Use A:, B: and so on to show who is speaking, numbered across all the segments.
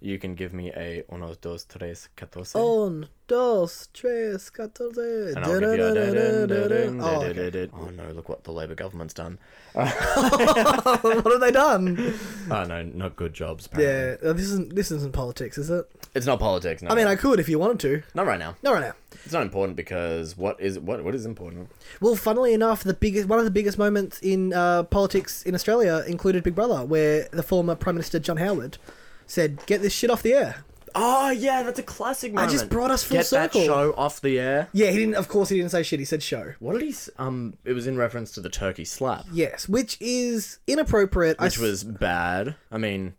A: you can give me a uno, dos, tres, catorce.
B: Un, dos, tres, catorce.
A: And I'll give you a dun, dun, dun, dun,
B: Oh,
A: dun,
B: okay.
A: dun, dun. oh no, look what the Labour government's done.
B: what have they done?
A: Oh no, not good jobs. Apparently.
B: Yeah, uh, this isn't this isn't politics, is it?
A: It's not politics. No.
B: I mean, I could if you wanted to.
A: not right now.
B: No, right now.
A: It's not important because what is what what is important?
B: Well, funnily enough, the biggest one of the biggest moments in uh, politics in Australia included Big Brother, where the former Prime Minister John Howard said, "Get this shit off the air."
A: Oh yeah, that's a classic moment.
B: just brought us full
A: Get
B: circle.
A: that show off the air.
B: Yeah, he didn't. Of course, he didn't say shit. He said show.
A: What did he? s- Um, it was in reference to the turkey slap,
B: Yes, which is inappropriate. I
A: which
B: s-
A: was bad. I mean,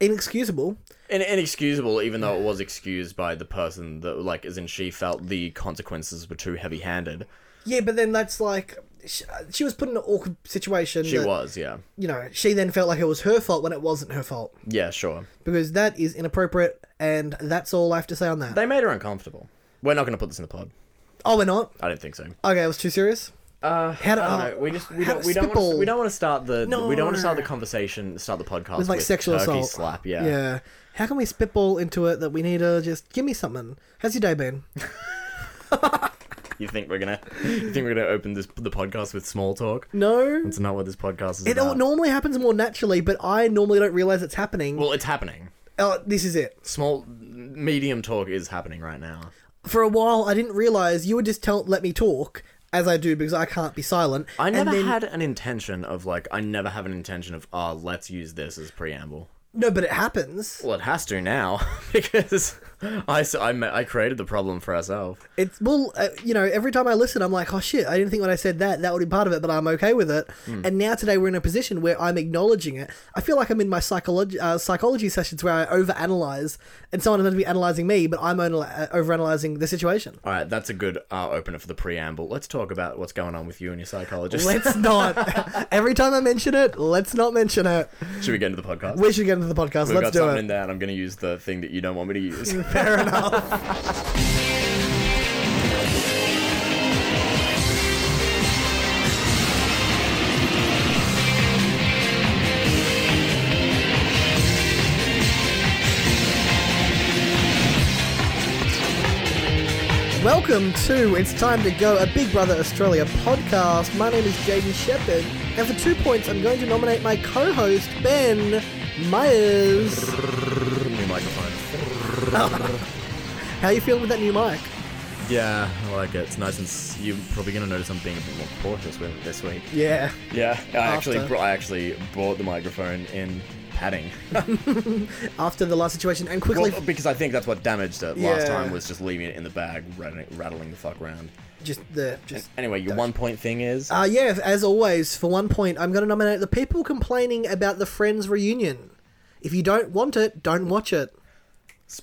B: inexcusable.
A: and inexcusable, even though it was excused by the person that, like, as in she felt the consequences were too heavy-handed.
B: Yeah, but then that's like she, she was put in an awkward situation.
A: She
B: that,
A: was, yeah,
B: You know, she then felt like it was her fault when it wasn't her fault
A: yeah, sure.
B: because that is inappropriate, and that's all I have to say on that.
A: They made her uncomfortable. We're not going to put this in the pod.
B: oh, we're not.
A: I don't think so.
B: Okay, it was too serious.
A: Uh,
B: How do- oh,
A: I don't know. We just we
B: how
A: don't
B: to
A: we don't, want to,
B: spitball.
A: we don't want to start the we don't want
B: No.
A: to start the conversation start the podcast
B: It's like sexual
A: turkey
B: assault.
A: slap. Yeah.
B: Yeah. How can we spitball into it that we need to just give me something? How's your day been?
A: You think we're gonna you think we're gonna open this the podcast with small talk?
B: No.
A: It's not what this podcast is
B: It all
A: about.
B: normally happens more naturally, but I normally don't realize it's happening.
A: well, it's happening.
B: oh, this is it.
A: Small medium talk is happening right now.
B: For a while, I didn't realize you would just tell let me talk as I do because I can't be silent.
A: I
B: And
A: never
B: then-
A: had an intention of like I never have an intention of oh let's use this as preamble.
B: No, but it happens.
A: Well, it has to now because I s- I, ma- I created the problem for ourselves.
B: It's well, uh, you know, every time I listen, I'm like, oh shit, I didn't think when I said that that would be part of it, but I'm okay with it.
A: Hmm.
B: And now today we're in a position where I'm acknowledging it. I feel like I'm in my psychology uh, psychology sessions where I overanalyze, and someone is meant to be analyzing me, but I'm only, uh, overanalyzing the situation.
A: All right, that's a good uh, opener for the preamble. Let's talk about what's going on with you and your psychologist.
B: Let's not. every time I mention it, let's not mention it.
A: Should we get into the podcast?
B: We should get into the podcast.
A: We've
B: let's
A: got
B: do
A: something
B: it.
A: in there, and I'm going to use the thing that you don't want me to use.
B: Fair enough. Welcome to It's Time to Go, a Big Brother Australia podcast. My name is Jaden Shepherd, and for two points, I'm going to nominate my co host, Ben Myers.
A: New microphone.
B: How you feeling with that new mic?
A: Yeah, I like it. It's nice and s- you're probably going to notice I'm being a bit more cautious with it this week.
B: Yeah.
A: Yeah, I actually
B: After.
A: brought I actually bought the microphone in padding.
B: After the last situation, and quickly,
A: well, because I think that's what damaged it
B: Yeah.
A: last time was just leaving it in the bag, rattling, rattling the fuck round.
B: just the just.
A: Anyway, your one point thing is
B: Uh, yeah, as always, for one point, I'm going to nominate the people complaining about the Friends reunion. If you don't want it, don't watch it.
A: s-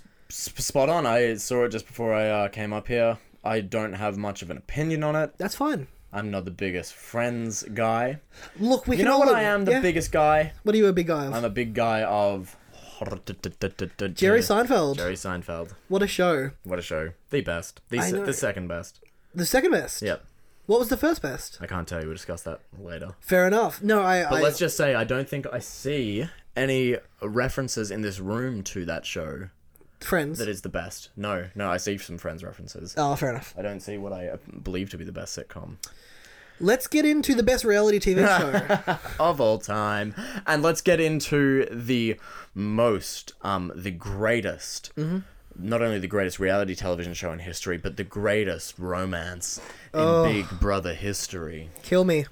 A: spot on. I saw it just before I uh, came up here. I don't have much of an opinion on it.
B: That's fine.
A: I'm not the biggest friends guy.
B: Look, we
A: You
B: can
A: know
B: all
A: what
B: look-
A: I am? The
B: yeah.
A: biggest guy.
B: What are you a big guy of?
A: I'm a big guy of
B: Jerry Seinfeld.
A: Jerry Seinfeld.
B: What a show.
A: What a show. The best. The,
B: I
A: se-
B: know.
A: the second best.
B: The second best.
A: Yep.
B: What was the first best?
A: I can't tell you. We'll discuss that later.
B: Fair enough. No, I.
A: But
B: I
A: let's just say I don't think I see any references in this room to that show
B: Friends.
A: that is the best. No, no, I see some Friends references.
B: Oh, fair enough.
A: I don't see what I uh, believe to be the best sitcom
B: Let's get into the best reality TV show.
A: of all time. And let's get into the most, um, the greatest, not only the greatest reality television show in history, but the greatest romance in Big Brother history.
B: Kill me.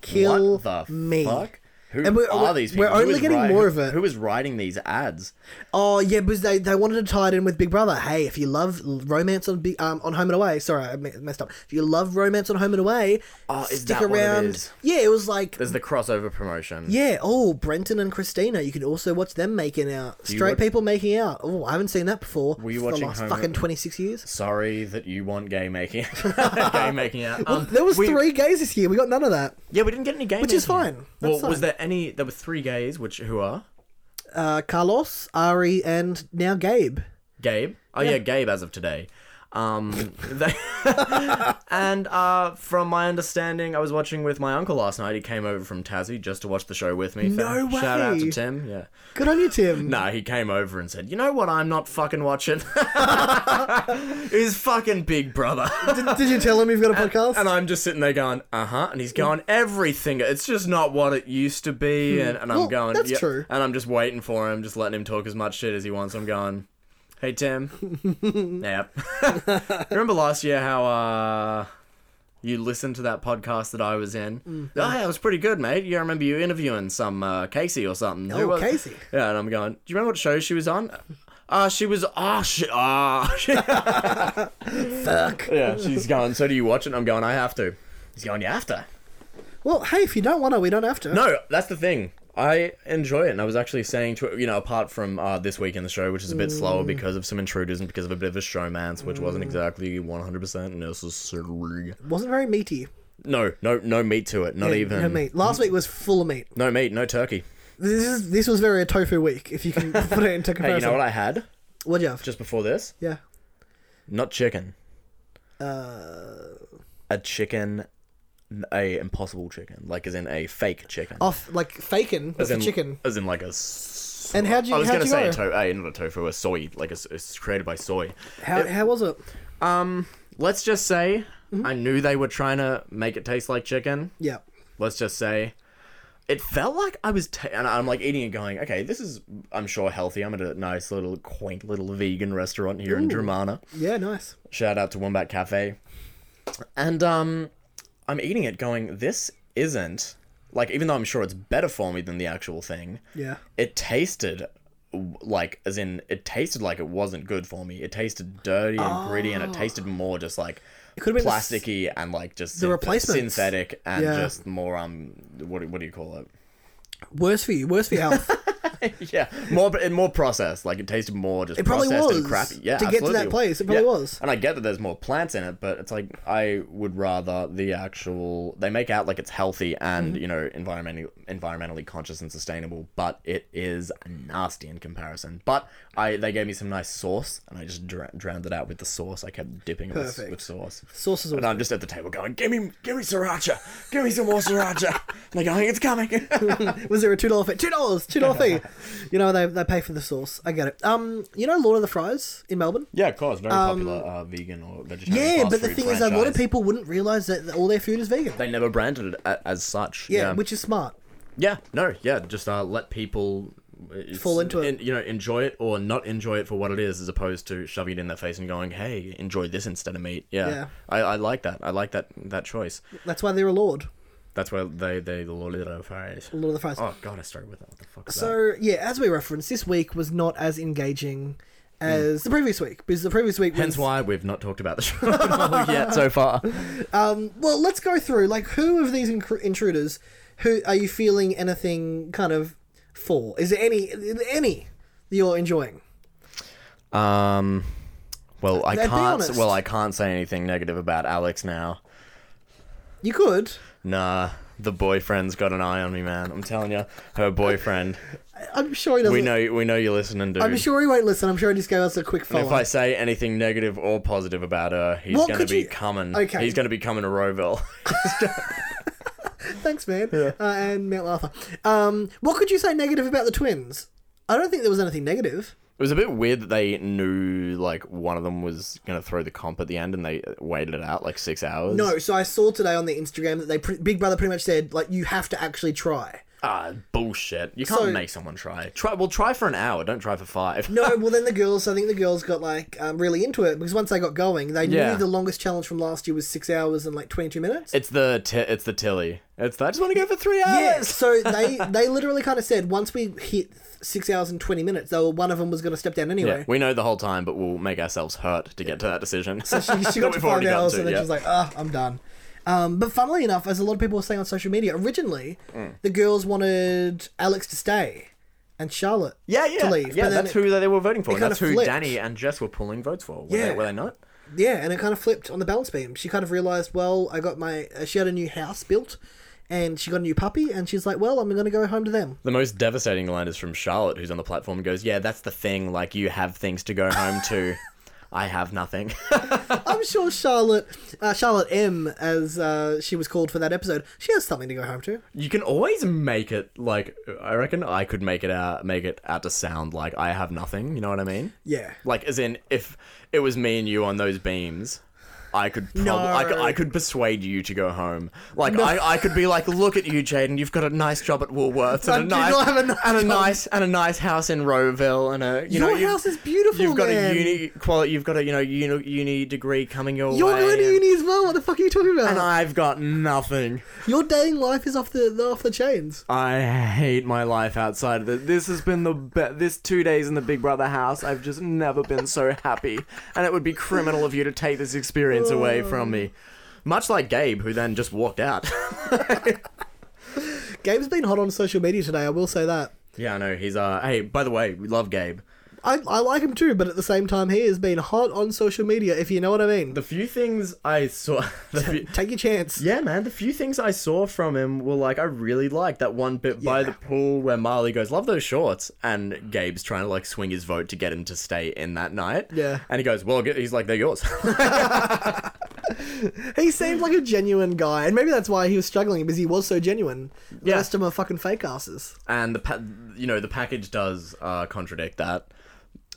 B: Kill
A: what the
B: me.
A: fuck? Who
B: And we're-
A: are
B: we're-
A: these people?
B: we're
A: Who
B: only
A: is
B: getting
A: wri-
B: more
A: who-
B: of it.
A: Who is writing these ads?
B: Oh yeah, because they, they wanted to tie it in with Big Brother. Hey, if you love l- romance on Big um, on Home and Away, sorry I me- messed up. If you love romance on Home and Away,
A: Oh, is
B: stick
A: that what it
B: around.
A: is?
B: Yeah, it was like
A: There's the crossover promotion.
B: yeah. Oh, Brenton and Christina, you can also watch them making out. Straight
A: watch-
B: people making out. Oh, I haven't seen that before.
A: Were you
B: for
A: watching
B: the last
A: Home
B: fucking
A: and-
B: twenty six years?
A: Sorry that you want gay making gay making out. Um,
B: There was
A: we-
B: three gays this year. We got none of that.
A: Yeah, we didn't get any gay,
B: Which is
A: making.
B: fine.
A: Well,
B: That's
A: was
B: fine.
A: there any? There were three gays, which who are
B: Uh, Carlos, Ari, and now Gabe.
A: Gabe. Oh yeah, Gabe as of today. Um, they and uh, from my understanding, I was watching with my uncle last night. He came over from Tassie just to watch the show with me.
B: No
A: Shout out
B: way.
A: to Tim. Yeah.
B: Good on you, Tim.
A: No, he came over and said, "You know what? I'm not fucking watching." Is fucking Big Brother.
B: Did, did you tell him you've got a podcast?
A: And I'm just sitting there going, uh huh. And he's going, everything. It's just not what it used to be. And, and I'm
B: Hmm. Well,
A: going,
B: that's
A: "Yep."
B: true.
A: And I'm just waiting for him, just letting him talk as much shit as he wants. I'm going, hey, Tim. yep. Remember last year how uh, you listened to that podcast that I was in?
B: Mm-hmm.
A: Oh, yeah, it was pretty good, mate. Yeah, I remember you interviewing some uh, Casey or something. Who
B: Oh,
A: was-
B: Casey.
A: Yeah, and I'm going, do you remember what show she was on? Uh, she was, ah, shit, ah, shit.
B: Fuck.
A: Yeah, she's going, so do you watch it? I'm going, I have to. He's going, you have to.
B: Well, hey, if you don't want to, we don't have to.
A: No, that's the thing. I enjoy it, and I was actually saying to you know, apart from uh, this week in the show, which is a bit
B: Mm.
A: slower because of some intruders and because of a bit of a showmance, which wasn't exactly one hundred percent necessary.
B: Wasn't very meaty.
A: No, no, no meat to it. Not even
B: No meat. Last week was full of meat.
A: no meat, no turkey.
B: This is this was very a tofu week, if you can put it into
A: Hey, you
B: comparison.
A: know what I had
B: What'd you have?
A: just before this?
B: yeah.
A: Not chicken. Uh, a chicken, a impossible chicken, like as in a fake chicken.
B: Off like faking but
A: as
B: for
A: in,
B: Oh, chicken.
A: As in like a. s-
B: And how'd you-
A: I was
B: how'd
A: gonna
B: you
A: say
B: go?
A: a to- a, not a tofu, a soy, like a s it's created by soy.
B: How how was it?
A: Um, let's just say I knew they were trying to make it taste like chicken.
B: Yeah.
A: Let's just say it felt like I was, ta- and I'm like eating it, going, okay, this is, I'm sure healthy. I'm at a nice little quaint little vegan restaurant here in Germana.
B: Yeah, nice.
A: Shout out to Wombat Cafe. And um, I'm eating it, going, this isn't like, even though I'm sure it's better for me than the actual thing
B: Yeah.
A: it tasted w- like as in it tasted like it wasn't good for me it tasted dirty and gritty and it tasted more just like it
B: Oh. could've been the s-
A: plasticky and like just
B: replacements.
A: synthetic and
B: Yeah.
A: just more um what, do- what do you call it
B: Worse for you, worse for your health.
A: yeah more but more processed like it tasted more just
B: It probably
A: processed
B: was,
A: and crappy yeah
B: to get to
A: absolutely.
B: that place, it probably was.
A: and i get that there's more plants in it but it's like i would rather the actual they make out like it's healthy and
B: Mm-hmm.
A: you know environmentally environmentally conscious and sustainable but it is nasty in comparison but i they gave me some nice sauce and i just dr- drowned it out with the sauce i kept dipping it with,
B: Perfect.
A: with sauce
B: Sauces
A: and
B: are
A: I'm just at the table going, give me, give me sriracha, give me some more sriracha. and they're going, it's coming.
B: was there a two dollar fee? Two dollars, two dollar fee. You know they, they pay for the sauce. I get it. Um, you know Lord of the Fries in Melbourne.
A: Yeah, of course. Very popular uh, vegan or vegetarian.
B: Um, Yeah,
A: fast
B: but the
A: food
B: thing is, a lot of
A: franchise.
B: people wouldn't realize that all their food is vegan.
A: they never branded it a- as such.
B: Yeah,
A: yeah,
B: which is smart.
A: Yeah, no, yeah. Just uh, let people it's-
B: Fall into it.
A: en- you know, enjoy it or not enjoy it for what it is, as opposed to shoving it in their face and going, "Hey, enjoy this instead of meat." Yeah,
B: Yeah.
A: I, I like that. I like that that choice.
B: That's why they're a lord.
A: That's where they they the Lord of the Fries.
B: Lord of the Fries.
A: Oh God, I started with that. What the fuck? Is that?
B: So yeah, as we referenced, this week was not as engaging as the previous week because the previous week
A: Hmm. Hence
B: was
A: why we've not talked about the show at all yet so far.
B: um. Well, let's go through like who of these incru- intruders, who are you feeling anything kind of for? Is there any any that you're enjoying?
A: Um, well, I
B: Now, be
A: can't.
B: honest.
A: Well, I can't say anything negative about Alex now.
B: You could.
A: Nah, the boyfriend's got an eye on me, man. I'm telling you, her boyfriend.
B: I- I'm sure he doesn't.
A: we know, we know you're listening, dude.
B: I'm sure he won't listen. I'm sure he just gave us a quick follow.
A: If I say anything negative or positive about her, he's
B: What
A: going to
B: could
A: be
B: you-
A: coming.
B: Okay.
A: He's going to be coming to Roville.
B: Thanks, man. Uh, and Mount Arthur. Um, what could you say negative about the twins? I don't think there was anything negative.
A: it was a bit weird that they knew like one of them was going to throw the comp at the end, and they waited it out like six hours.
B: No, so I saw today on the Instagram that they pre- Big Brother pretty much said like you have to actually try.
A: ah, bullshit. You can't
B: So-
A: make someone try. Try well, try for an hour. Don't try for five.
B: No, well then the girls. I think the girls got like um, really into it because once they got going, they
A: Yeah.
B: knew the longest challenge from last year was six hours and like twenty two minutes.
A: It's the t- it's the Tilly. It's the, I just want to go for three hours.
B: yeah, so they they literally kind of said once we hit six hours and twenty minutes, though one of them was going to step down anyway.
A: Yeah, we know the whole time, but we'll make ourselves hurt to get to that decision. So
B: she, she got to five hours and then she was like, ah, I'm done. Um, but funnily enough, as a lot of people were saying on social media, originally
A: Mm.
B: the girls wanted Alex to stay and Charlotte
A: yeah, yeah,
B: to leave.
A: yeah.
B: but then
A: That's
B: it-
A: who they were voting for. and
B: kinda
A: That's who
B: flipped.
A: Danny and Jess were pulling votes for. Were,
B: Yeah.
A: they, were they not?
B: Yeah, and it kind of flipped on the balance beam. She kind of realized, well, I got my. Uh, she had a new house built and she got a new puppy and she's like, well, I'm going to go home to them.
A: The most devastating line is from Charlotte, who's on the platform and goes, "Yeah, that's the thing. Like you have things to go home to." I have nothing.
B: I'm sure Charlotte, uh, Charlotte M, as uh, she was called for that episode, she has something to go home to.
A: you can always make it like I reckon I could make it out make it out to sound like I have nothing, you know what I mean?
B: Yeah.
A: Like as in if it was me and you on those beams, I could prob-
B: No.
A: I, could, I could persuade you to go home. Like I, I could be like, look at you, Jaden, you've got a nice job at Woolworths
B: I
A: and a
B: do
A: nice,
B: not have a nice
A: and a
B: job."
A: nice and a nice house in Roeville and a you know
B: Your
A: you've-
B: house is beautiful,
A: You've got
B: man.
A: a uni quali- you've got a you know uni, uni degree coming your
B: You're
A: way.
B: going to
A: and-
B: uni as well. What the fuck are you talking about?
A: and I've got nothing.
B: Your dating life is off the, off the chains.
A: I hate my life outside of this. This has been the be- this two days in the Big Brother house. I've just never been so happy, and it would be criminal of you to take this experience away from me. Much like Gabe, who then just walked out.
B: Gabe's been hot on social media today. I will say that.
A: yeah, I know he's uh. Hey, by the way, we love Gabe.
B: I, I like him too, but at the same time, he has been hot on social media. If you know what I mean.
A: The few things I saw, the few,
B: Take your chance.
A: yeah, man, the few things I saw from him were like I really liked that one bit by
B: Yeah.
A: the pool where Marley goes, "Love those shorts," and Gabe's trying to like swing his vote to get him to stay in that night.
B: Yeah.
A: and he goes, "Well," g-" he's like, "They're yours."
B: He seemed like a genuine guy, and maybe that's why he was struggling because he was so genuine. The
A: Yeah.
B: rest of them are fucking fake asses.
A: and the pa- you know the package does uh, contradict that.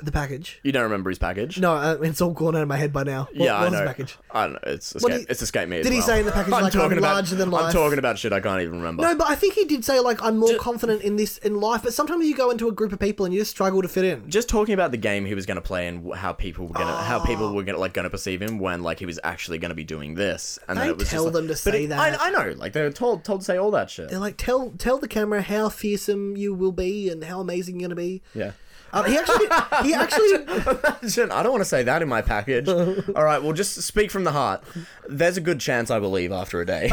B: The package.
A: You don't remember his package?
B: No, uh, it's all gone out of my head by now. What,
A: yeah,
B: what
A: I know.
B: was the package?
A: I don't know. It's
B: do
A: escape,
B: you-
A: it's escape me. as
B: did he
A: well.
B: say in the package, like, I'm
A: about,
B: larger than
A: I'm
B: life?
A: talking about shit I can't even remember.
B: No, but I think he did say like I'm more confident in this in life. But sometimes you go into a group of people and you just struggle to fit in.
A: Just talking about the game he was going to play and wh- how people were going
B: Oh.
A: to how people were going to like going to perceive him when like he was actually going to be doing this. And then
B: They
A: it was
B: tell
A: just,
B: them
A: like,
B: to
A: but
B: say
A: it-
B: that.
A: I, I know. Like they're told told to say all that shit.
B: They're like, tell tell the camera how fearsome you will be and how amazing you're gonna be.
A: yeah.
B: Um, he actually, he actually,
A: Imagine- I don't want to say that in my package. All right, well, just speak from the heart. There's a good chance I will leave after a day.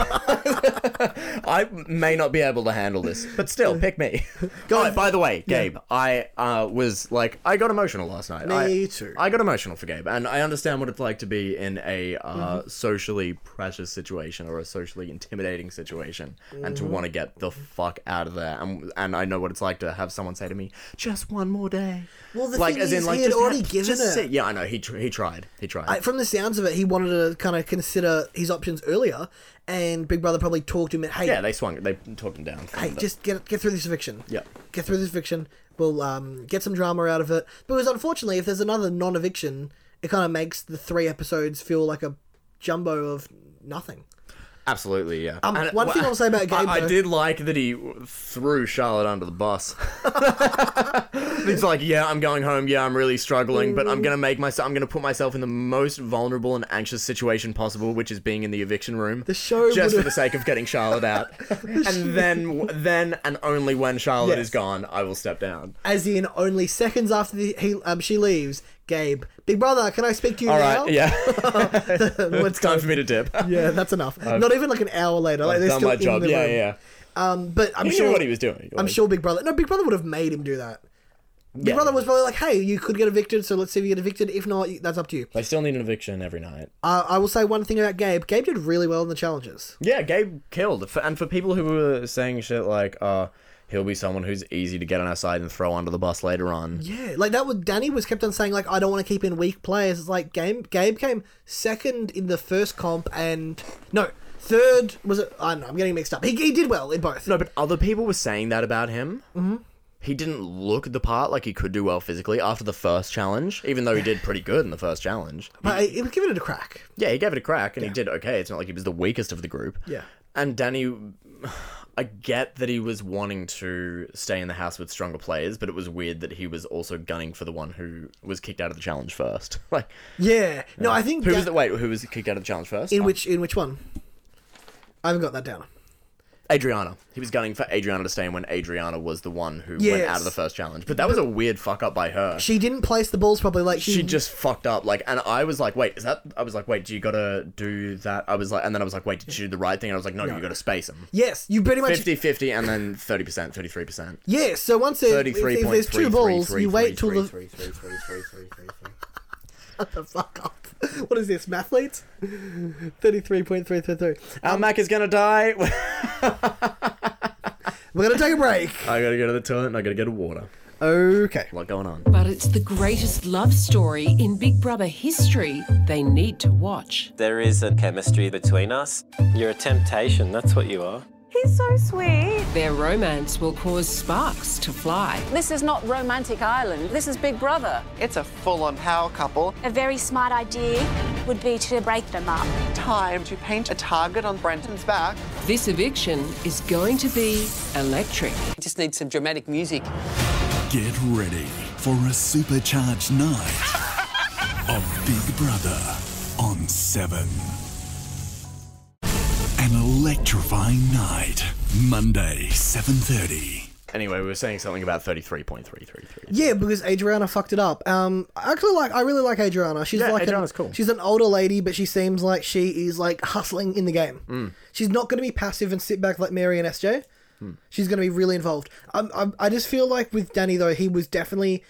A: I may not be able to handle this, but still, pick me. Go oh, by the way, Gabe, I uh, was like, I got emotional last night.
B: Me
A: I,
B: too.
A: I got emotional for Gabe, and I understand what it's like to be in a uh,
B: Mm-hmm.
A: socially precious situation or a socially intimidating situation, and
B: Mm-hmm.
A: to want to get the fuck out of there. And, and I know what it's like to have someone say to me, "Just one more day."
B: Well, the thing is, he had
A: just
B: already
A: ha-
B: given
A: just
B: it.
A: sit- yeah, I know. He tr- he tried. He tried.
B: I- from the sounds of it, he wanted to kind of consider his options earlier, and Big Brother probably talked him. Hey,
A: yeah, they swung. it. They talked him down. from
B: hey,
A: the-
B: just get get through this eviction.
A: Yeah.
B: Get through this eviction. We'll um, get some drama out of it. Because unfortunately, if there's another non-eviction, it kind of makes the three episodes feel like a jumbo of nothing.
A: absolutely. Yeah.
B: Um, one thing I'll say about Gabe,
A: I, I
B: though-
A: did like that he threw Charlotte under the bus. He's like, yeah, I'm going home. Yeah, I'm really struggling, but I'm gonna make myself. I'm gonna put myself in the most vulnerable and anxious situation possible, which is being in the eviction room. The
B: show
A: just for
B: would've-
A: the sake of getting Charlotte out, and then, then, and only when Charlotte is gone, I will step down.
B: As in, only seconds after the, he um, she leaves, Gabe, Big Brother, can I speak to you
A: All
B: now?
A: right. Yeah.
B: Let's
A: it's time for me to dip.
B: Yeah, that's enough. Not even like an hour later. Like, they're
A: done
B: still
A: my
B: in
A: job.
B: the
A: Yeah,
B: room.
A: yeah.
B: Um, but I'm
A: He
B: sure
A: knew what he was doing.
B: I'm
A: Like,
B: sure Big Brother. No, Big Brother would have made him do that. Big
A: Yeah.
B: Brother was probably like, "Hey, you could get evicted, so let's see if you get evicted. If not, you- that's up to you."
A: They still need an eviction every night.
B: Uh, I will say one thing about Gabe. Gabe did really well in the challenges.
A: Yeah, Gabe killed. For, and for people who were saying shit like, uh, he'll be someone who's easy to get on our side and throw under the bus later on.
B: Yeah, like that. Would Danny was kept on saying like, "I don't want to keep in weak players." It's like Gabe. Gabe came second in the first comp, and no, third was it? I don't know. I'm getting mixed up. He, he did well in both.
A: No, but other people were saying that about him. Mm-hmm. He didn't look the part like he could do well physically after the first challenge, even though he did pretty good in the first challenge.
B: but he, he was giving it a crack.
A: Yeah, he gave it a crack and he did okay. It's not like he was the weakest of the group.
B: Yeah.
A: And Danny, I get that he was wanting to stay in the house with stronger players, but it was weird that he was also gunning for the one who was kicked out of the challenge first. Like,
B: Yeah. No, I think
A: who
B: Da-
A: was the wait? Who was kicked out of the challenge first?
B: in
A: Uh,
B: which in which one? I haven't got that down.
A: Adriana. He was gunning for Adriana to stay in when Adriana was the one who went out
B: Yes.
A: of the first challenge. But that was a weird fuck up by her.
B: She didn't place the balls properly. Like she,
A: she just fucked up like and i was like wait is that i was like wait do you gotta do that i was like and then i was like wait did you do the right thing and i was like no, you gotta space them
B: Yes, you pretty much
A: 50 50 and then 30%, 33%.
B: Yeah, so once it, if, if there's two balls, you wait till the Shut the fuck up. What is this, mathletes? Thirty-three point three three three.
A: Our Mac is gonna die.
B: We're gonna take a break.
A: I gotta go to the toilet and I gotta get a water.
B: Okay.
A: A lot going on.
C: But it's the greatest love story in Big Brother history they need to watch.
D: There is a chemistry between us. You're a temptation, that's what you are.
E: He's so sweet.
C: Their romance will cause sparks to fly.
F: This is not Romantic Island. This is Big Brother.
G: It's a full on power couple.
H: A very smart idea would be to break them up.
G: Time to paint a target on Brenton's back.
C: This eviction is going to be electric.
I: Just need some dramatic music.
J: Get ready for a supercharged night of Big Brother on 7. An electrifying night. Monday, 7.30.
A: Anyway, we were saying something about 33.333.
B: Yeah, because Adriana fucked it up. Um, I actually, like I really like Adriana. She's
A: Yeah,
B: like an-
A: Adriana's cool.
B: She's an older lady, but she seems like she is like hustling in the game.
A: Mm.
B: She's not going to be passive and sit back like Mary and SJ.
A: Hmm.
B: She's going to be really involved. i I'm, I just feel like with Danny though, he was definitely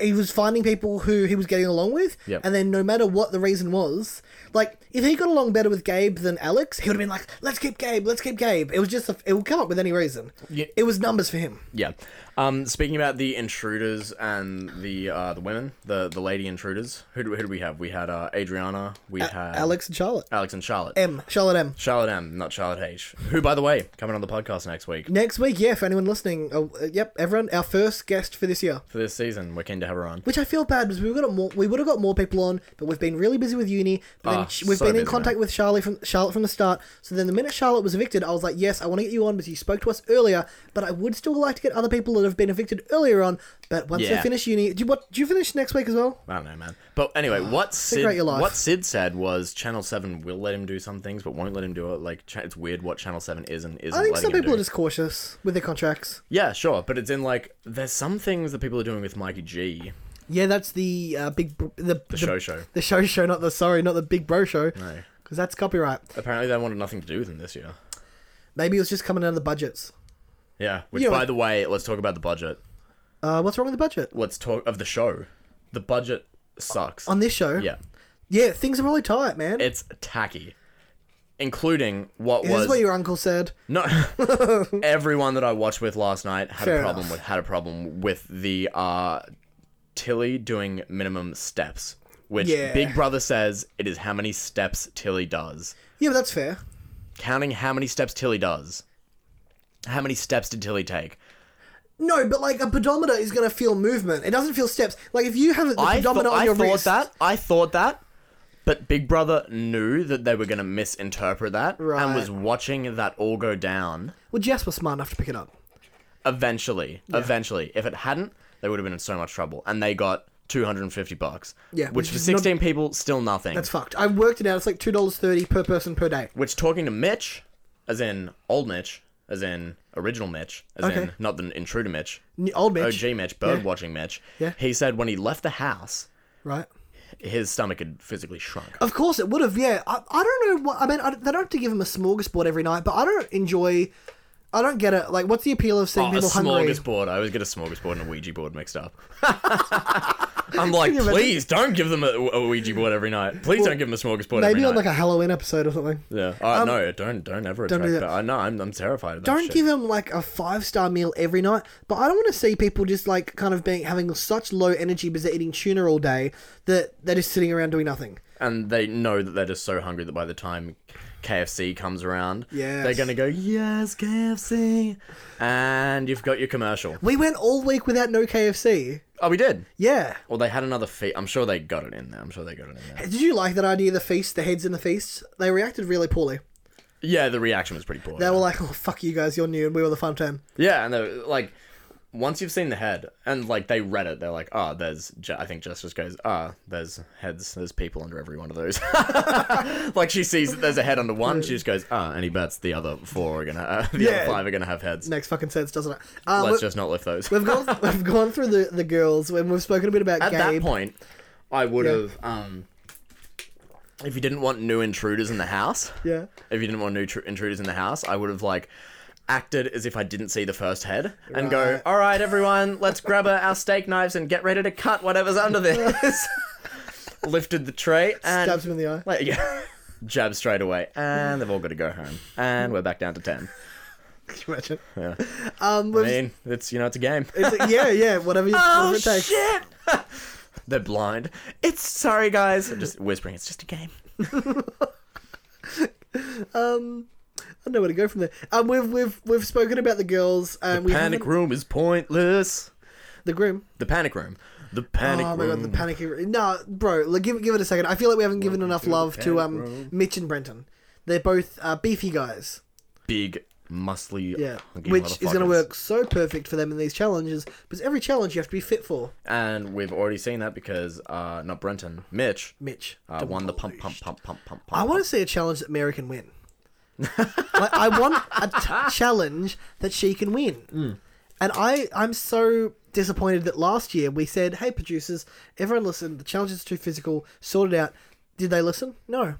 B: he was finding people who he was getting along with,
A: Yep.
B: and then no matter what the reason was, like if he got along better with Gabe than Alex, he would have been like, "Let's keep Gabe, let's keep Gabe." It was just a, it would come up with any reason. It was numbers for him.
A: Yeah. Um, speaking about the intruders and the uh, the women, the the lady intruders, who do, who do we have? We had uh, Adriana, we had
B: Alex and Charlotte.
A: Alex and Charlotte.
B: M. Charlotte M.
A: Charlotte M, not Charlotte H. Who, by the way, coming on the podcast next week
B: Next week, yeah, for anyone listening, uh, uh, yep, everyone, our first guest for this year.
A: for this season. We're keen to have her on.
B: Which I feel bad because we would have more, we would have got more people on, but we've been really busy with uni. But then
A: Ah,
B: sh- we've
A: so
B: been in
A: busy,
B: contact
A: man.
B: with Charlotte from Charlotte from the start. So then, the minute Charlotte was evicted, I was like, "Yes, I want to get you on because you spoke to us earlier." But I would still like to get other people that have been evicted earlier on. But once they
A: Yeah.
B: finish uni, do you, what? Do you finish next week as well?
A: I don't know, man. But anyway,
B: Ah,
A: what Sid
B: out your life.
A: what Sid said was Channel Seven will let him do some things, but won't let him do it. Like cha- it's weird what Channel Seven is and isn't.
B: I think
A: letting
B: some
A: him
B: people
A: do.
B: are just cautious with their contracts.
A: yeah, sure, but it's in like there's some things that people are doing with Mikey G.
B: Yeah, that's the uh, big br- the, the,
A: show show.
B: the show show, not the sorry, not the big bro show. No, because that's copyright.
A: Apparently, they wanted nothing to do with him this year.
B: Maybe it was just coming out of the budgets.
A: Yeah, which
B: You know,
A: by
B: like-
A: the way, let's talk about the budget.
B: Uh, what's wrong with the budget
A: Let's talk of the show. The budget sucks.
B: on this show?
A: yeah,
B: yeah, things are really tight, man.
A: it's tacky, including what
B: Is
A: was
B: this what your uncle said?
A: No, everyone that I watched with last night had
B: Fair
A: a problem
B: enough.
A: with had a problem with the uh, Tilly doing minimum steps, which
B: Yeah.
A: Big Brother says it is how many steps Tilly does.
B: Yeah, but that's fair.
A: Counting how many steps Tilly does. How many steps did Tilly take?
B: No, but like a pedometer is gonna feel movement. It doesn't feel steps. Like if you have the
A: I,
B: pedometer
A: thought-
B: on
A: I
B: your
A: thought
B: wrist,
A: that. I thought that. But Big Brother knew that they were going to misinterpret that
B: Right.
A: and was watching that all go down.
B: well, Jess was smart enough to pick it up.
A: Eventually, eventually. If it hadn't, they would have been in so much trouble. And they got 250 bucks.
B: Yeah,
A: Which
B: which
A: for
B: is not-
A: 16 people, still nothing.
B: That's fucked. I worked it out. It's like two dollars thirty per person per day.
A: which talking to Mitch, as in old Mitch, as in original Mitch, as in
B: Okay.
A: not the intruder Mitch,
B: N- Old Mitch,
A: OG Mitch, bird watching Mitch,
B: Yeah.
A: he said when he left the house,
B: right?
A: his stomach had physically shrunk.
B: Of course it would have. Yeah, I, I don't know. What, I mean, I, they don't have to give him a smorgasbord every night, but I don't enjoy. I don't get it. Like, what's the appeal of seeing
A: Oh, a
B: people hungry?
A: smorgasbord. I always get a smorgasbord and a Ouija board mixed up. I'm like,
B: imagine?
A: please don't give them a, a Ouija board every night. Please don't give them a smorgasbord every
B: Maybe on
A: night.
B: like a Halloween episode or something.
A: yeah. Oh, no, don't don't ever
B: Um, don't
A: attract
B: do
A: that.
B: that.
A: I know, I'm, I'm terrified of that.
B: don't
A: shit.
B: give him like a five star meal every night. But I don't want to see people just like kind of being having such low energy because they're eating tuna all day that they're just sitting around doing nothing.
A: And they know that they're just so hungry that by the time KFC comes around, they're
B: Yes.
A: gonna go yes KFC, and you've got your commercial.
B: We went all week without no KFC.
A: Oh, we did.
B: Yeah.
A: Well, they had another feat. I'm sure they got it in there. I'm sure they got it in there.
B: Did you like that idea of the feast, the heads in the feast? They reacted really poorly.
A: Yeah, the reaction was pretty poor.
B: They were like, oh, fuck you guys, you're new, and we were the fun time.
A: Yeah, and they're like, once you've seen the head, and like they read it, they're like, ah, there's. Je-, I think Justice goes, ah, there's heads. There's people under every one of those. like she sees that there's a head under one, she just goes, ah, and he bets the other four are gonna, uh, the
B: Yeah.
A: other five are gonna have heads.
B: Makes fucking sense, doesn't it? Uh,
A: Let's
B: we-
A: just not lift those.
B: We've gone, we've gone through the, the girls, and we've spoken a bit about
A: At
B: Gabe.
A: that point, I would
B: Yeah.
A: have. um if you didn't want new intruders in the house,
B: Yeah.
A: if you didn't want new tr- intruders in the house, I would have like acted as if I didn't see the first head and go, "All right, everyone, let's grab uh, our steak knives and get ready to cut whatever's under this." Lifted the tray and
B: Stabs him in the eye.
A: Like, yeah. jab straight away, and they've all got to go home, and we're back down to ten.
B: Can you imagine?
A: I mean, it's you know, it's a game.
B: It's like, yeah, yeah, whatever, you,
A: Oh,
B: whatever it takes.
A: shit! They're blind. It's sorry, guys. I'm just whispering. It's just a game.
B: I don't know where to go from there. Um, we've we've we've spoken about the girls. Um, we
A: panic
B: haven't-
A: room is pointless.
B: The groom.
A: The panic room. The panic
B: oh my
A: room.
B: god, the panicky. No, bro, like, give give it a second. I feel like we haven't given enough love to um Mitch and Brenton. They're both uh, beefy guys.
A: Big, muscly.
B: Yeah,
A: hunky
B: which is going to
A: motherfuckers.
B: work so perfect for them in these challenges because every challenge you have to be fit for.
A: And we've already seen that because uh, not Brenton, Mitch,
B: Mitch
A: uh, won the pump, pump, pump, pump, pump, pump.
B: I want to see a challenge that Mary can win. like, I want a t- challenge that she can win.
A: Mm.
B: And I, I'm so disappointed that last year we said, hey, producers, everyone listen, the challenge is too physical, sort it out. Did they listen? No.